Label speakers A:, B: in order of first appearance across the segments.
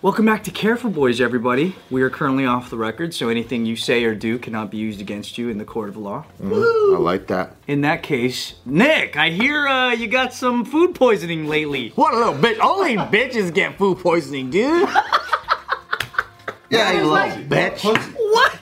A: Welcome back to Care for Boys, everybody. We are currently off the record, so anything you say or do cannot be used against you in the court of law.
B: I like that.
A: In that case, Nick, I hear uh, you got some food poisoning lately.
C: What a little bitch. Only bitches get food poisoning, dude.
B: Yeah, you
C: Like,
B: little bitch.
D: Pussy.
A: What?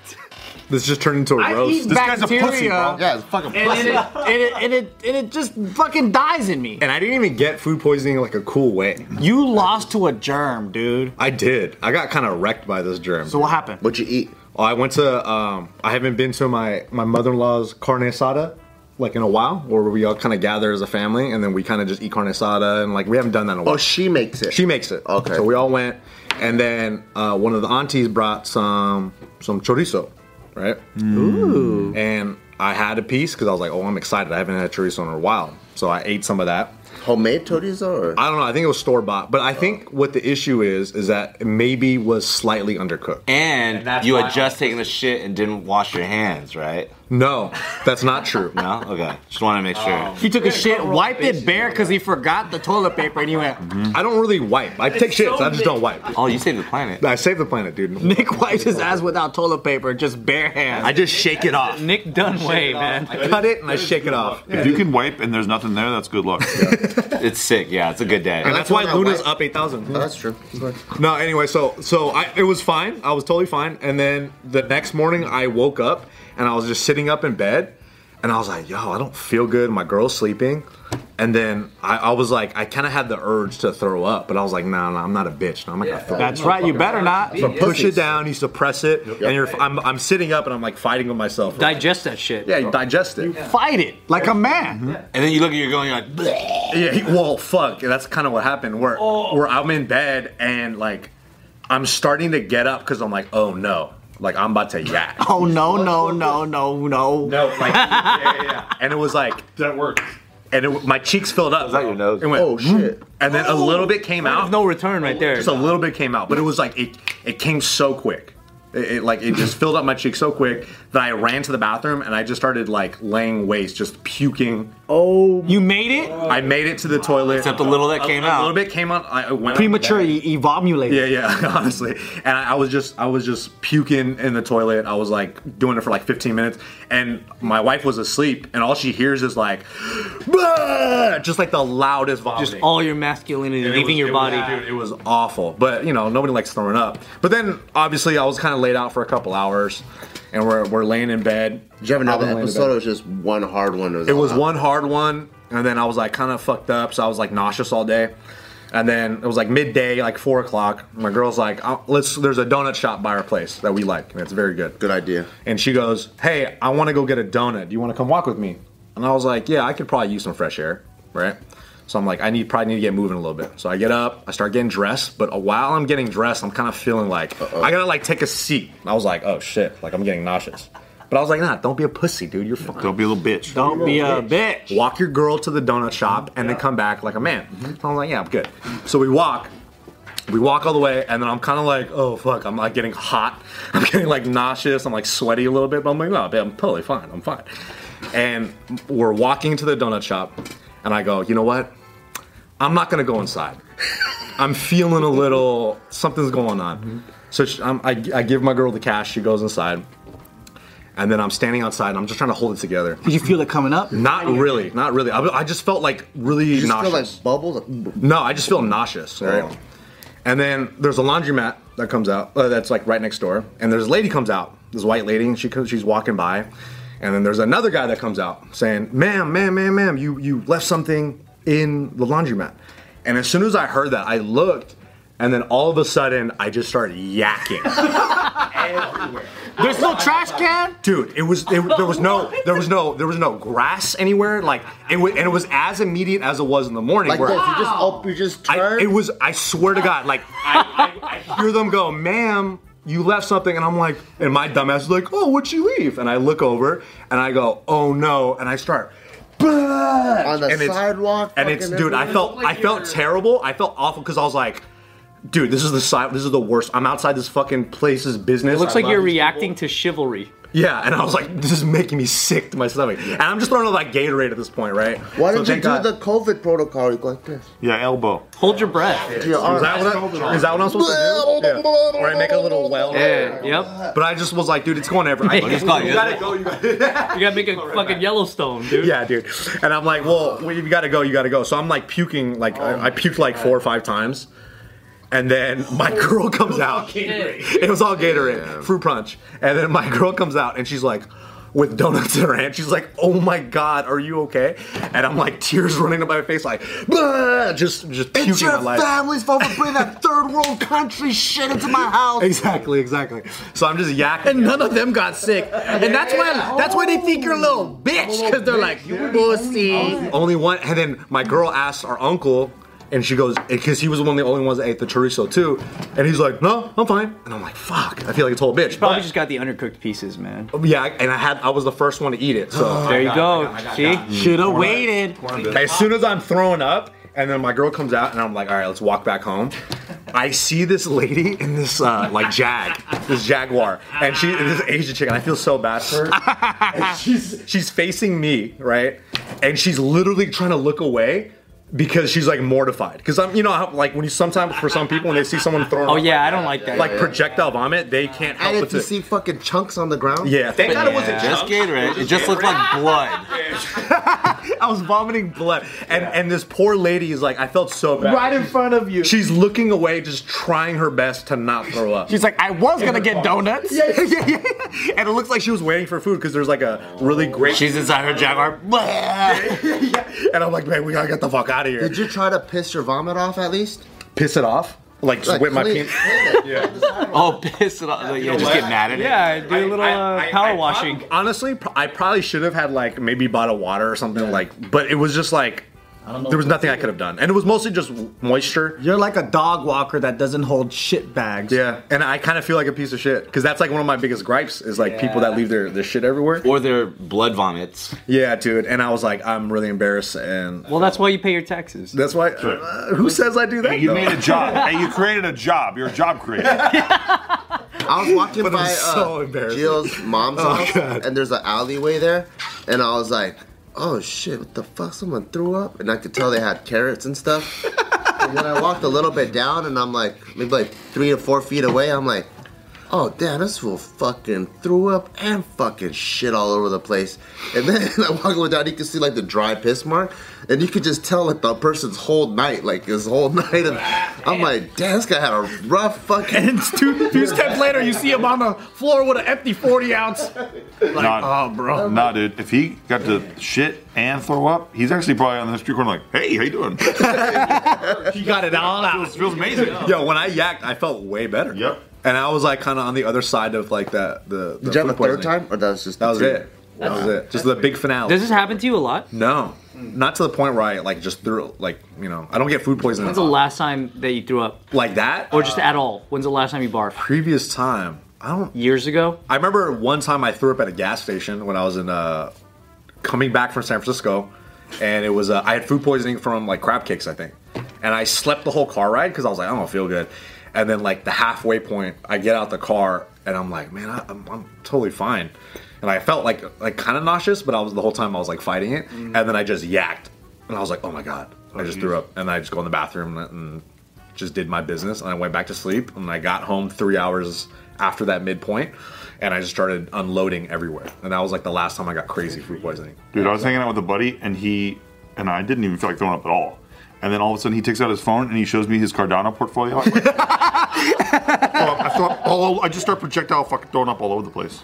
D: This just turned into a
C: I
D: roast.
C: eat
D: This guy's a pussy,
C: bacteria.
D: bro.
B: Yeah, it's a fucking
C: And it,
B: pussy.
C: and, it, and, it, and it just fucking dies in me.
D: And I didn't even get food poisoning in like a cool way.
C: You lost to a germ, dude.
D: I did. I got kind of wrecked by this germ.
C: So what happened?
B: What you eat?
D: Oh, I went to. Um, I haven't been to my my mother in law's carne asada like in a while, where we all kind of gather as a family, and then we kind of just eat carne asada, and like we haven't done that in a while.
B: Oh, she makes it.
D: She makes it.
B: Okay.
D: So we all went, and then uh, one of the aunties brought some some chorizo, right? Ooh. And I had a piece because I was like, oh, I'm excited. I haven't had chorizo in a while, so I ate some of that.
B: homemade chorizo. Or?
D: I don't know. I think it was store bought, but I
E: Oh.
D: think what the issue is is that it maybe was slightly undercooked.
E: And,
F: that's
E: you
F: why
E: had
F: I-
E: just taken a shit and didn't wash your hands, right?
D: No, that's not true.
E: No? Okay. Just want to make sure.
A: Oh.
C: He took a shit, wiped it bare because he forgot the toilet paper, and he went,
E: Mm.
D: I don't really wipe. I take shits. I just don't wipe.
E: Oh, you saved the planet.
D: I save the planet, dude.
C: Nick wiped his ass without toilet paper, just bare hands.
E: I just shake it off.
A: Nick Dunway, man.
D: Cut it and I shake it off.
F: If you can wipe and there's nothing there, that's good luck.
E: It's sick. Yeah, it's a good day.
D: And that's why
B: That's why I
D: Luna's
B: wipe.
D: up eight thousand.
B: Oh, that's true.
D: No, anyway, so so I it was fine. I was totally fine. And then the next morning I woke up and I was just sitting up in bed and I was like, yo, I don't feel good. My girl's sleeping. And then I, I was like, I kind of had the urge to throw up, but I was like, no, nah, no, I'm not a bitch. No, I'm not gonna throw
C: That's
D: up.
C: right, you better not.
D: So push it
B: Pussies.
D: down, you suppress it, and you're. I'm, I'm sitting up and I'm like fighting with myself.
A: Digest that shit.
D: yeah, you digest it.
C: Fight it like a man.
E: And then you look at your girl and you're like, "Bleh."
D: Yeah, he, well, fuck. That's kind of what happened. Where where I'm in bed and like I'm starting to get up because I'm like, oh no, like I'm about to yak.
C: Oh, no, no, no, no, no.
D: no, like, yeah, yeah, yeah. and it was like,
F: that works.
D: and it, my cheeks filled up. Was
E: that your nose?
D: It went, hmm.
B: Oh shit.
D: and then a little bit came out.
A: No return right there.
D: just a little bit came out, but it was like it it came so quick. It, it, like it just filled up my cheeks so quick that I ran to the bathroom and I just started like laying waste, just puking.
C: You made it?
D: I made it to the toilet.
E: Except the little that came
D: a, A
E: out.
D: little bit came out. I I went
C: Premature, e-, you evomulated.
D: Yeah, yeah, honestly. And I, I was just I was just puking in the toilet. I was like doing it for like 15 minutes and my wife was asleep and all she hears is like "Bah!" just like the loudest vomiting.
A: Just all your masculinity
D: And it
A: leaving
D: was-
A: your
D: it
A: body.
D: was- dude, it was awful. But you know, nobody likes throwing up. But then obviously I was kind of laid out for a couple hours and we're, we're laying in bed.
B: Did you have another
D: I was laying in
B: episode?
D: bed.
B: It was just one hard one.
D: It was one hard one, and then I was like kind of fucked up, so I was like nauseous all day. And then it was like midday, like four o'clock. My girl's like, "Oh, "Let's." There's a donut shop by our place that we like, and it's very good.
B: Good idea.
D: And she goes, "Hey, I want to go get a donut. Do you want to come walk with me?" And I was like, "Yeah, I could probably use some fresh air, right?" So I'm like, "I need probably need to get moving a little bit." So I get up, I start getting dressed, but while I'm getting dressed, I'm kind of feeling like I gotta like take a seat. And I was like, "Oh shit!" Like I'm getting nauseous. But I was like, "Nah, don't be a pussy, dude. You're fine."
F: Don't be a little bitch.
C: Don't be a bitch.
D: walk your girl to the donut shop and then come back like a man. So I'm like, yeah, I'm good. So we walk, we walk all the way, and then I'm kind of like, oh fuck, I'm like getting hot, I'm getting like nauseous, I'm like sweaty a little bit, but I'm like, no, babe, I'm totally fine, I'm fine. And we're walking to the donut shop, and I go, you know what? I'm not gonna go inside. I'm feeling a little something's going on. So she, I'm, I, I give my girl the cash. She goes inside, and then I'm standing outside. and I'm just trying to hold it together.
C: Did you feel it coming up?
D: Not really, not really. I, I just felt like really
B: You just feel
D: nauseous.
B: like bubbles. Like,
D: no, I just feel nauseous.
B: Right.
D: And then there's a laundromat that comes out uh, that's like right next door, and there's a lady comes out, this white lady, and she comes, she's walking by, and then there's another guy that comes out saying, "Ma'am, ma'am, ma'am, ma'am, you you left something in the laundromat." And as soon as I heard that, I looked, and then all of a sudden, I just started yakking.
C: There's no trash can?
D: dude it was it, there was no there was no there was no grass anywhere like it was and it was as immediate as it was in the morning
B: like
D: where
B: this. You just up. You just
D: I,
B: turn.
D: it was i swear to god like I, I, I hear them go ma'am you left something and i'm like and my dumbass is like oh what'd you leave and i look over and i go oh no and i start
B: on the
D: and it's-
B: sidewalk.
D: and it's
B: fucking
D: dude i
B: everywhere.
D: felt i felt terrible i felt awful because i was like dude, this is the side. This is the worst. I'm outside this fucking place's business.
A: It looks
D: I
A: like
D: love
A: you're
D: these
A: reacting to chivalry.
D: people. Yeah, and I was like, this is making me sick to my stomach. And I'm just throwing all that Gatorade at this point, right?
B: Why don't
D: So
B: you do
D: thank God-
B: the COVID protocol? You go like this.
F: Yeah, elbow.
A: Hold your breath.
B: To your arm.
D: Is that, what I, is that what I'm supposed to do? Yeah. Or I make a little well.
A: Yeah. Yep.
D: But I just was like, dude, it's going everywhere. I-
E: just call you.
D: You gotta go. You gotta
A: You gotta make a fucking Yellowstone, dude.
D: Yeah, dude. And I'm like, well, wait, you gotta go, you gotta go. So I'm like puking, like I, I puked like four or five times. And then my girl comes out. It was all Gatorade, fruit punch. And then my girl comes out and she's like, with donuts in her hand, she's like, "Oh my God, are you okay?" And I'm like, tears running down my face, like, "Bah," just just puking my life.
B: fault for bringing that third world country shit into my house.
D: Exactly, exactly. So I'm just yakking, and none of them got sick. And that's why that's why they think you're a little bitch because they're like you pussy. Only one, and then my girl asks our uncle, and she goes because he was one of the only ones that ate the chorizo too, and he's like, no, I'm fine. And I'm like, fuck, I feel like a total bitch.
A: Probably
D: But,
A: just got the undercooked pieces, man.
D: yeah, and I had I was the first one to eat it, so.
A: There you go. See?
C: Should have waited.
D: As soon as I'm throwing up, and then my girl comes out, and I'm like, all right, let's walk back home. I see this lady in this uh, like jag, this jaguar, and she this Asian chick, and I feel so bad for her. And she's she's facing me, right? And she's literally trying to look away because she's like mortified. Because I'm, you know, how, like when you sometimes for some people when they see someone throwing,
A: Oh
D: up,
A: yeah, I don't like that.
D: like projectile vomit, they can't help
B: And
D: but
B: if you
D: to.
B: see fucking chunks on the ground,
D: yeah, thank God it wasn't
E: Yeah, just Gatorade. It just looked like blood.
D: I was vomiting blood, and and this poor lady is like, I felt so bad.
C: Right in front of you.
D: She's looking away, just trying her best to not throw up.
C: She's like, I was gonna get donuts.
D: yeah, yeah, yeah, yeah. And it looks like she was waiting for food because there's like a really great.
E: She's inside her Jaguar. Bleh.
D: and I'm like, man, we gotta get the fuck out of here.
B: Did you try to piss your vomit off at least?
D: piss it off? Like, just
B: Like,
D: whip my
B: clean-
D: penis.
B: clean it.
E: Oh, piss it off. Like, yeah, just get mad at it.
A: yeah, do a little
D: I-
A: uh,
D: I-
A: power
D: I
A: washing.
D: prob- honestly, pr- I probably should have had like maybe bottled water or something like, but it was just like. There was nothing I could have done, and it was mostly just moisture.
C: You're like a dog walker that doesn't hold shit bags.
D: Yeah, and I kind of feel like a piece of shit because that's like one of my biggest gripes is like people that leave their, their shit everywhere.
E: Or their blood vomits.
D: Yeah, dude, and I was like, I'm really embarrassed, and
A: Well, that's why you pay your taxes.
D: That's why. Uh, who says I do that?
F: You
D: though?
F: made a job. hey, you created a job. You're a job creator.
B: I was walking
D: But I'm
B: by
D: so
B: uh,
D: embarrassed. Oh,
B: Jill's mom's house,
D: God.
B: and there's an alleyway there, and I was like, "Oh shit, what the fuck? Someone threw up," and I could tell they had carrots and stuff. and then I walked a little bit down, and I'm like, maybe like three to four feet away, I'm like, "Oh damn, this fool fucking threw up and fucking shit all over the place." And then I walk over down, you can see like the dry piss mark, and you could just tell like the person's whole night, like his whole night. And I'm like, "Damn, this guy had a rough fucking."
D: And two, two steps later, you see him on the floor with an empty 40 ounce.
F: nah,
D: Oh, bro.
F: nah, dude. If he got to shit and throw up, he's actually probably on the street corner like, hey, how you doing?
D: He got it all out.
F: This feels amazing.
D: Yo, when I yacked, I felt way better.
F: Yep.
D: And I was like kind of on the other side of like that. The, the
B: Did you have
D: food
B: a third
D: poisoning.
B: time, or that was just
D: That was
B: two?
D: it. That was it. Just the big finale.
A: Does this happen to you a lot?
D: no, not to the point where I like just threw like you know I don't get food poisoning
A: When's the last time that you threw up,
D: like that.
A: or just at all? When's the last time you barfed?
D: previous time, I don't
A: Years ago.
D: I remember one time I threw up at a gas station when I was in uh, coming back from San Francisco, and it was uh, I had food poisoning from like crab cakes, I think, and I slept the whole car ride because I was like I don't feel good, and then like the halfway point, I get out the car and I'm like man I, I'm, I'm totally fine, and I felt like like kind of nauseous, but I was the whole time I was like fighting it, and then I just yacked, and I was like oh my god, I just threw up, and I just go in the bathroom and. and just did my business and I went back to sleep and I got home three hours after that midpoint and I just started unloading everywhere. And that was like the last time I got crazy food poisoning.
F: Dude, I was hanging out with a buddy, and he and I didn't even feel like throwing up at all. And then all of a sudden, he takes out his phone and he shows me his Cardano portfolio. I'm like, "Oh, I, throw up all over- I just start projectile fucking throwing up all over the place.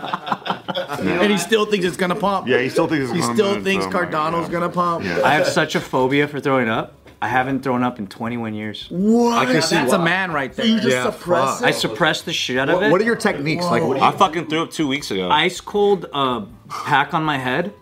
C: And he still thinks it's gonna pump.
F: Yeah, he still thinks. it's
C: He
F: gonna
C: still
F: move,
C: thinks
F: so I'm like,
C: Cardano's
F: yeah.
C: gonna pump.
F: Yeah.
A: I have such a phobia for throwing up. I haven't thrown up in 21 years.
D: I can see
C: That's a
D: why.
C: man right there.
B: You just
D: Yeah,
B: suppress
A: I
B: it.
A: suppressed the shit out of
D: What,
A: it.
D: what are your techniques? Like what do
E: I
D: you,
E: fucking threw up two weeks ago.
A: Ice cold uh, pack on my head,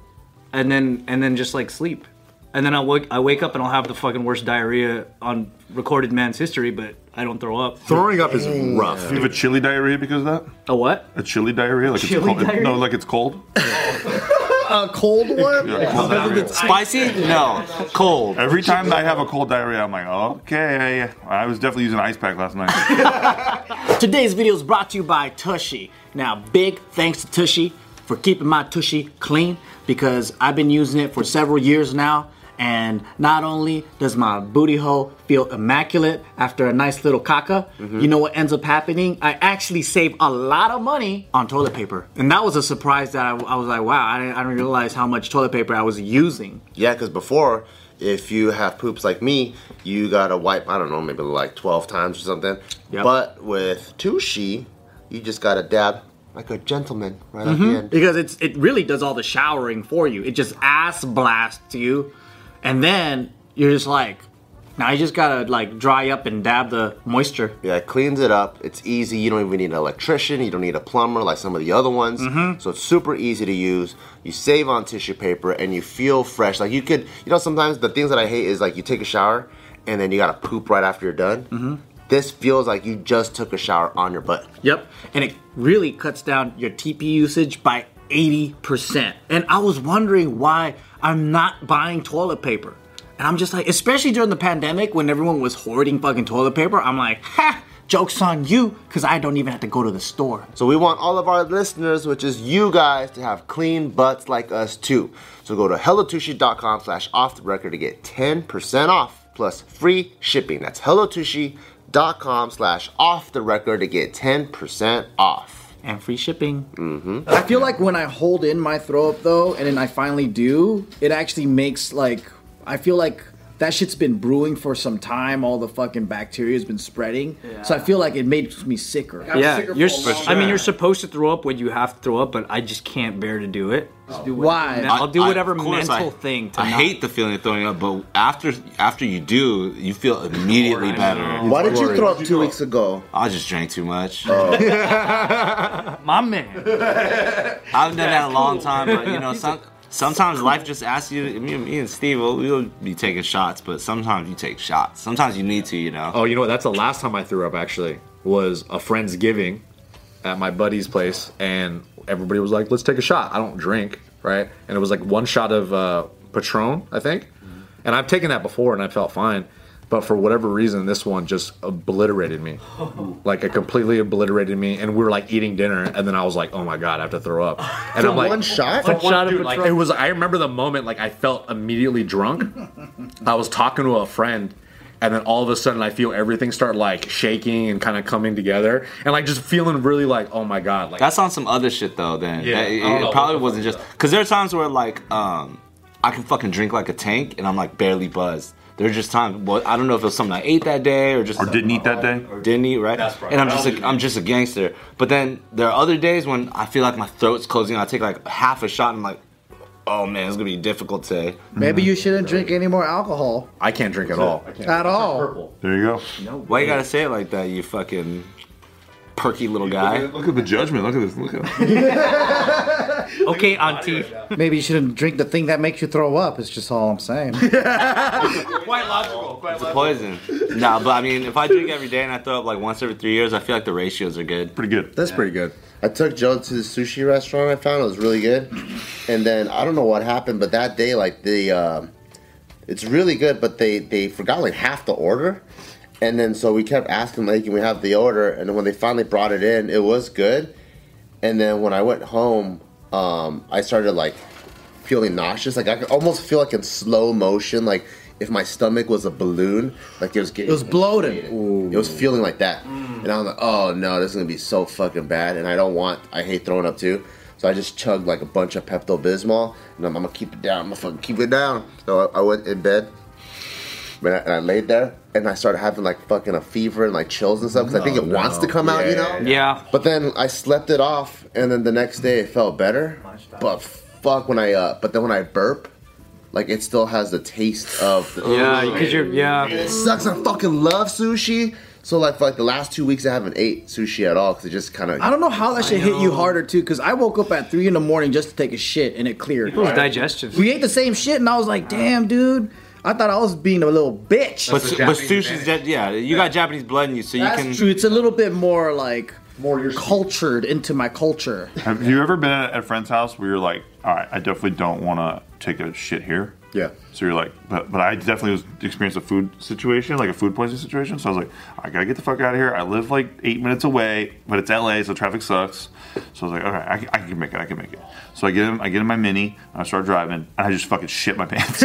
A: and then and then just like sleep, and then I wake I wake up and I'll have the fucking worst diarrhea on recorded man's history, but I don't throw up.
D: throwing up is rough.
F: Do you have a chili diarrhea because of that?
A: A what?
F: A chili diarrhea? Like
A: Chili
F: it's cold.
A: diarrhea?
F: No, like it's cold.
G: a cold one?
F: Yeah, cold diarrhea.
E: Spicy? No. Cold.
F: Every time I have a cold diarrhea, I'm like, okay, I was definitely using an ice pack last night.
C: Today's video is brought to you by Tushy. Now, big thanks to Tushy for keeping my Tushy clean because I've been using it for several years now. And not only does my booty hole feel immaculate after a nice little caca, you know what ends up happening? I actually save a lot of money on toilet paper. And that was a surprise that I, I was like, wow, I didn't, I didn't realize how much toilet paper I was using.
B: Yeah, because before, if you have poops like me, you gotta wipe, I don't know, maybe like 12 times or something.
C: Yep.
B: But with Tushy, you just gotta dab like a gentleman right at
D: Mm-hmm.
B: the end.
C: because it's it really does all the showering for you. It just ass blasts you, and then you're just like, now you just gotta like dry up and dab the moisture.
B: Yeah, it cleans it up. It's easy. You don't even need an electrician. You don't need a plumber like some of the other ones. So it's super easy to use. You save on tissue paper and you feel fresh. Like you could, you know, sometimes the things that I hate is like you take a shower and then you gotta poop right after you're done. This feels like you just took a shower on your butt.
C: Yep, and it really cuts down your TP usage by eighty percent. And I was wondering why I'm not buying toilet paper. And I'm just like, especially during the pandemic when everyone was hoarding fucking toilet paper, I'm like, ha, joke's on you, because I don't even have to go to the store.
B: So we want all of our listeners, which is you guys, to have clean butts like us too. So go to hellotushi.com slash off the record to get 10% off plus free shipping. That's hellotushi.com slash off the record to get 10% off.
C: And free shipping.
G: I feel like when I hold in my throw up though, and then I finally do, it actually makes like I feel like that shit's been brewing for some time. All the fucking bacteria's been spreading, so I feel like it makes me sicker.
A: Yeah, you're. s- I mean, you're supposed to throw up when you have to throw up, but I just can't bear to do it.
G: Why?
A: Now, I'll do
E: I-
A: whatever
E: of course
A: mental
E: I-
A: thing to
E: I
A: not-
E: hate the feeling of throwing up, but after after you do, you feel immediately better.
B: Why did you throw up two weeks ago?
E: I just drank too much.
A: my man.
E: I haven't done that in a long time, but you know, some, sometimes life just asks you. Me, me and Steve, we'll, we'll be taking shots, but sometimes you take shots. Sometimes you need to, you know.
D: Oh, you know what? That's the last time I threw up. Actually, was a friend's giving at my buddy's place, and everybody was like, "Let's take a shot." I don't drink, right? And it was like one shot of uh, Patron, I think. And I've taken that before, and I felt fine, but for whatever reason, this one just obliterated me. like it completely obliterated me, and we were like eating dinner, and then I was like, "Oh my god, I have to throw up." And I'm like,
B: one shot?
D: For one-
A: shot of
D: dude, like,
A: Patron.
D: it was. I remember the moment. Like I felt immediately drunk. I was talking to a friend, and then all of a sudden I feel everything start like shaking and kind of coming together, and like just feeling really like, oh my god, like
E: That's on some other shit though. Then
D: Yeah,
E: That-
D: I don't
E: it,
D: know.
E: it probably wasn't just because there are times where like um, I can fucking drink like a tank and I'm like barely buzzed. There's just times. Well, I don't know if it was something I ate that day or just
F: or didn't eat that day.
E: or didn't eat right.
D: That's right.
E: And I'm just a, I'm just a gangster. But then there are other days when I feel like my throat's closing. I take like half a shot and I'm like, oh man, it's gonna be difficult today.
G: Maybe
A: Mm-hmm.
G: you shouldn't drink any more alcohol
D: I can't drink at all.
G: at all.
F: There you go.
E: Why you gotta say it like that, you fucking perky little guy?
F: Look at the judgment. Look at this. Look at
A: Okay, auntie.
G: Maybe you shouldn't drink the thing that makes you throw up. It's just all I'm saying.
E: It's a poison. nah, but I mean, if I drink every day and I throw up like once every three years, I feel like the ratios are good.
F: pretty good.
D: That's pretty good.
B: I took Joe to the sushi restaurant I found. It was really good. And then I don't know what happened, but that day, like the, um, it's really good, but they they forgot like half the order. And then so we kept asking, like, can we have the order? And then when they finally brought it in, it was good. And then when I went home, um, I started like feeling nauseous. Like I could almost feel like in slow motion, like if my stomach was a balloon, like it was getting
G: It was bloated.
B: it was feeling like that. And I was like, oh no, this is gonna be so fucking bad. And I don't want, I hate throwing up too. So I just chugged like a bunch of Pepto Bismol. And I'm, I'm gonna keep it down. I'm gonna fucking keep it down. So I, I went in bed. And I, and I laid there. And I started having like fucking a fever and like chills and stuff. Cause I think
G: Oh,
B: it wants to come out, you know?
A: Yeah.
B: But then I slept it off. And then the next day it felt better. But fuck when I, uh, but then when I burp, like it still has the taste of the,
A: Yeah, because you're. Yeah.
B: it sucks. I fucking love sushi. So like for like the last two weeks, I haven't ate sushi at all because it just kind of.
G: I don't know how that should hit you harder too, because I woke up at three in the morning just to take a shit and it cleared.
A: People's digestive.
G: We ate the same shit and I was like, damn, dude. I thought I was being a little bitch.
E: But, but sushi's, yeah, you got Japanese blood in you, so you
G: That's
E: can.
G: true. It's a little bit more like
F: More your
G: cultured into my culture.
F: Have you ever been at a friend's house where you're like, all right, I definitely don't want to take a shit here?
D: Yeah.
F: So you're like, but but I definitely was experienced a food situation, like a food poisoning situation. So I was like, I gotta get the fuck out of here. I live like eight minutes away, but it's LA, so traffic sucks. So I was like, all right, I, can- I can make it, I can make it. So I get in, I get in my mini, and I start driving, and I just fucking shit my pants.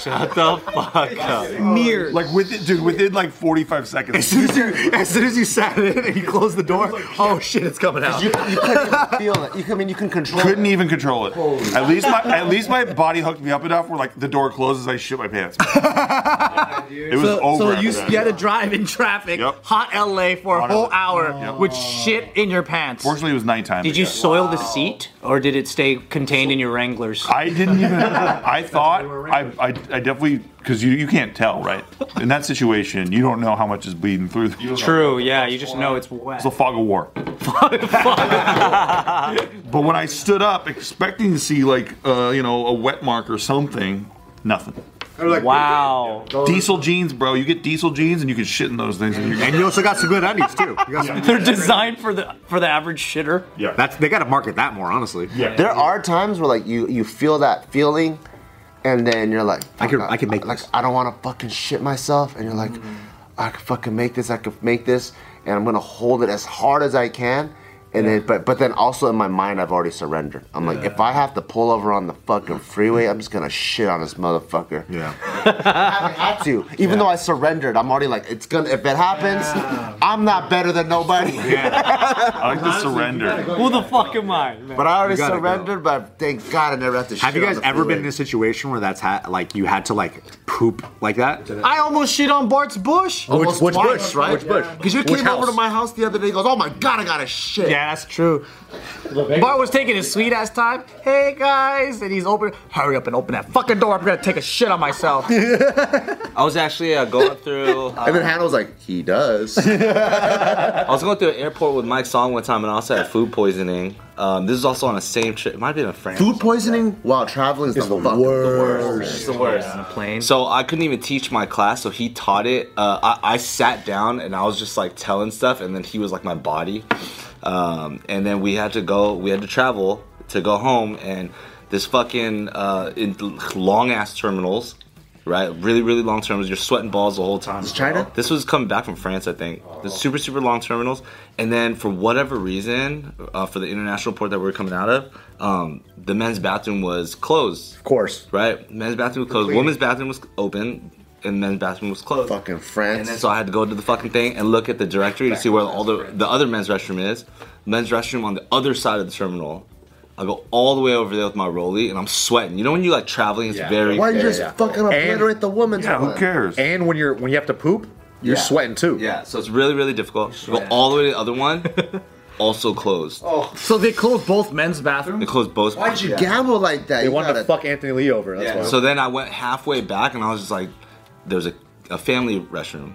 E: Shut the fuck up.
G: Mirror.
F: like within, dude, within like 45
D: As
F: seconds.
D: soon as, you, as soon as you sat in and you closed the door, oh shit, it's coming out.
B: you couldn't even feel it. You, I mean, you can control
F: Couldn't
B: it.
F: even control it. At least my at least my body hooked me up enough where like the door closes, I shit my pants. it was
G: So,
F: over.
G: so
F: after
G: you,
F: that.
G: you had to drive in traffic,
F: Yep.
G: hot LA for a
F: Hot
G: whole
F: LA.
G: hour
F: Yep.
G: with shit in your pants.
F: Fortunately, it was nighttime.
A: Did you soil the seat, or did it stay contained in your Wranglers?
F: I didn't even. I thought I, I, I definitely because you you can't tell right in that situation. You don't know how much is bleeding through. The,
A: True. Yeah, you just know it's wet.
F: it's a fog of war. But when I stood up expecting to see like uh, you know a wet mark or something, nothing.
A: Wow.
F: Diesel jeans, bro. You get diesel jeans and you can shit in those things. And you're,
D: And you also got some good undies too. You got some-
A: They're designed for the for the average shitter.
F: yeah.
D: That's they got to market that more, honestly.
F: yeah.
B: There are times where like you you feel that feeling, and then you're like,
D: I could-
B: "Fuck, uh,
D: I could make
B: like
D: this."
B: I don't want to fucking shit myself, and you're like,
D: Mm-hmm.
B: I could fucking make this. I could make this, and I'm gonna hold it as hard as I can. And then, but but then also in my mind, I've already surrendered. I'm like, if I have to pull over on the fucking freeway, I'm just gonna shit on this motherfucker.
D: Mm-hmm. Yeah.
B: I had to, even though I surrendered. I'm already like, it's gonna. If it happens, I'm not better than nobody.
F: I like to surrender.
A: Who the fuck am I?
B: But I already
D: gotta go.
B: surrendered. But thank God I never have to.
D: Have you
B: shit on
D: guys
B: the
D: ever been in
B: freeway.
D: a situation where that's ha- like you had to like poop like that?
G: I almost shit on Bart's bush.
B: Almost twice, right?
D: Which bush?
B: Because you
D: Which
B: came over
D: house?
B: to my house the other day. He goes, "Oh my god, I got a shit."
G: Yeah, that's true. Bart was taking his sweet ass time. Hey guys, and he's open. Hurry up and open that fucking door. I'm gonna take a shit on myself.
E: I was actually uh, going through. uh,
B: And then Hannah was like, "He does."
E: I was going through an airport with Mike Song one time, and I also had food poisoning. Um, this is also on the same trip. It might have been a France.
B: Food poisoning while traveling is the, fucking worst.
E: It's the worst.
A: On a plane.
E: So I couldn't even teach my class, so he taught it. Uh, I, I sat down and I was just like telling stuff, and then he was like my body. Um, and then we had to go, we had to travel to go home, and this fucking uh, in long ass terminals, right? Really, really long terminals. You're sweating balls the whole time. This
B: China?
E: This was coming back from France, I think. The super, super long terminals. And then for whatever reason, uh, for the international port that we were coming out of, um, the men's bathroom was closed
B: Of course.
E: right? Men's bathroom was closed. Women's bathroom was open, and men's bathroom was closed.
B: Fucking France.
E: And then so I had to go to the fucking thing and look at the directory to see where all the the other men's restroom is. Men's restroom on the other side of the terminal. I go all the way over there with my rollie, and I'm sweating. You know when you like traveling, it's very.
B: Why you just fucking obliterate the woman's
F: Yeah, who
B: one?
F: cares?
D: And when you're when you have to poop, you're sweating too.
E: Yeah, so it's really really difficult. Go all the way to the other one, also closed.
G: so they closed both men's
E: They
G: bathrooms.
E: closed both.
B: Oh. Why'd you gamble like that?
D: They
B: you
D: wanted to
B: gotta-
D: fuck Anthony Lee over. That's why.
E: So then I went halfway back, and I was just like, "There's a, a family restroom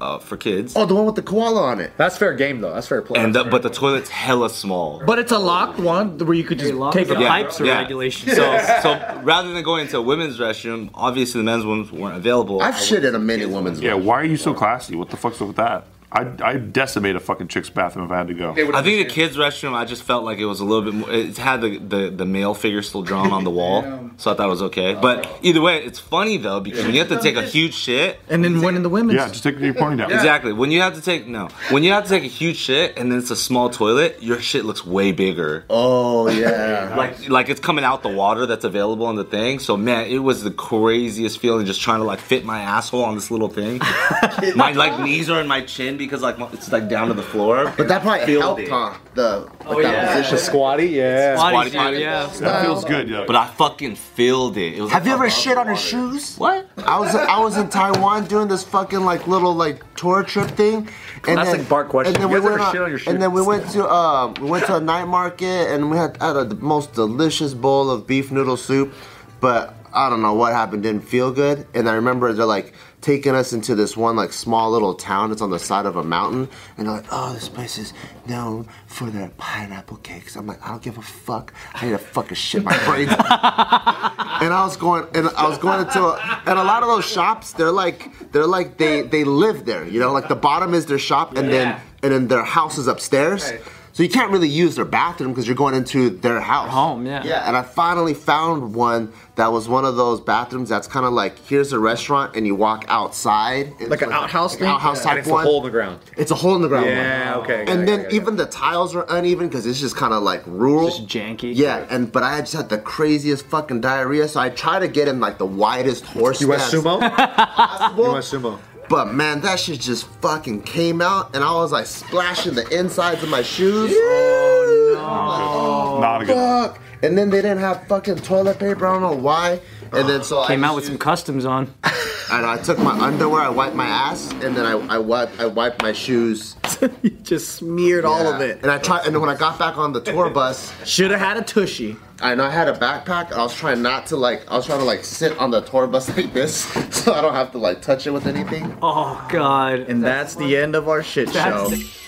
E: uh, for kids."
B: Oh, the one with the koala on it.
D: that's fair game though. That's fair play.
E: and the, but the toilet's hella small.
G: But it's a locked one where you could just take
A: the
G: it.
A: pipes are
E: yeah.
A: regulation.
E: So,
A: So
E: so rather than going to a women's restroom, obviously the men's ones weren't available.
B: I've shit in a mini woman's.
F: Yeah, why are you so classy? What the fuck's up with that? I'd, I'd decimate a fucking chick's bathroom if I had to go.
E: I think the kids' restroom. I just felt like it was a little bit more. It had the, the, the male figure still drawn on the wall, so I thought it was okay. But either way, it's funny though because when you have to take a huge shit.
G: And then one in the women's.
F: Yeah, just take your pony down.
E: Exactly. When you have to take no, when you have to take a huge shit and then it's a small toilet, your shit looks way bigger.
B: Oh yeah.
E: like like it's coming out the water that's available on the thing. So man, it was the craziest feeling just trying to like fit my asshole on this little thing. my like knees are in my chin because like my, it's like down to the floor.
B: But that probably
E: Filled
B: helped,
E: it.
B: huh? The like that
A: yeah.
B: position.
D: squatty, yeah.
A: Body
E: Squatty potty.
A: suit, yeah.
F: That feels good. Yeah.
E: But I fucking filled it. it was
B: Have you
E: like-
B: ever shit on your shoes?
A: What?
B: I was I was in Taiwan doing this fucking like little like tour trip thing. And
D: That's
B: then,
D: like Bart question.
B: And then
D: You
B: we
D: guys
B: went
D: ever
B: on,
D: shit on your shoes?
B: and then we went to um we went to a night market and we had, had a, the most delicious bowl of beef noodle soup, but I don't know what happened. Didn't feel good. And I remember they're like taking us into this one like small little town. It's on the side of a mountain, and they're like, "Oh, this place is known for their pineapple cakes." I'm like, "I don't give a fuck. I need to fucking shit my brains." out." and I was going and I was going into a, and a lot of those shops they're like they're like they they live there you know like the bottom is their shop and then and then their house is upstairs.
E: Right.
B: So you can't really use their bathroom because you're going into their house.
A: Home, yeah.
B: Yeah, and I finally found one that was one of those bathrooms that's kind of like here's a restaurant and you walk outside. It's
G: Like an outhouse
B: like
G: thing?
B: an outhouse
D: And
B: type
D: it's a
B: one.
D: hole in the ground.
B: It's a hole in the ground.
D: Yeah,
B: one.
D: okay, got it,
B: And then
D: got it, got it.
B: even the tiles are uneven because it's just kind of like rural,
A: Just janky.
B: Yeah, and but I just had the craziest fucking diarrhea, so I try to get him like the widest horse.
D: You want
B: stance
D: sumo?
B: possible.
D: you want sumo?
B: But man, that shit just fucking came out, and I was like splashing the insides of my shoes. Oh
F: Not a good.
B: Fuck! And then they didn't have fucking toilet paper. I don't know why. And then so
A: Came
B: I
A: out with some customs on.
B: some. And I took my underwear, I wiped my ass, and then I I wiped I wiped my shoes.
G: you just smeared all of
B: Yeah.
G: it.
B: And I tried. And then when I got back on the tour bus,
G: Should have had a tushy.
B: and I had a backpack. I was trying not to like. I was trying to like sit on the tour bus like this, so I don't have to like touch it with anything.
A: Oh God.
G: And that's, the end of our shit show.
A: That's the-